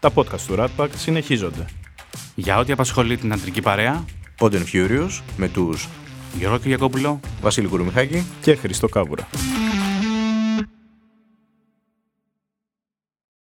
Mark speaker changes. Speaker 1: Τα podcast του Rat Pack συνεχίζονται.
Speaker 2: Για ό,τι απασχολεί την αντρική παρέα,
Speaker 3: Pod and Furious με τους
Speaker 2: Γιώργο Κυριακόπουλο
Speaker 3: Βασίλη Κουρουμιχάκη
Speaker 1: Και Χριστό Κάβουρα.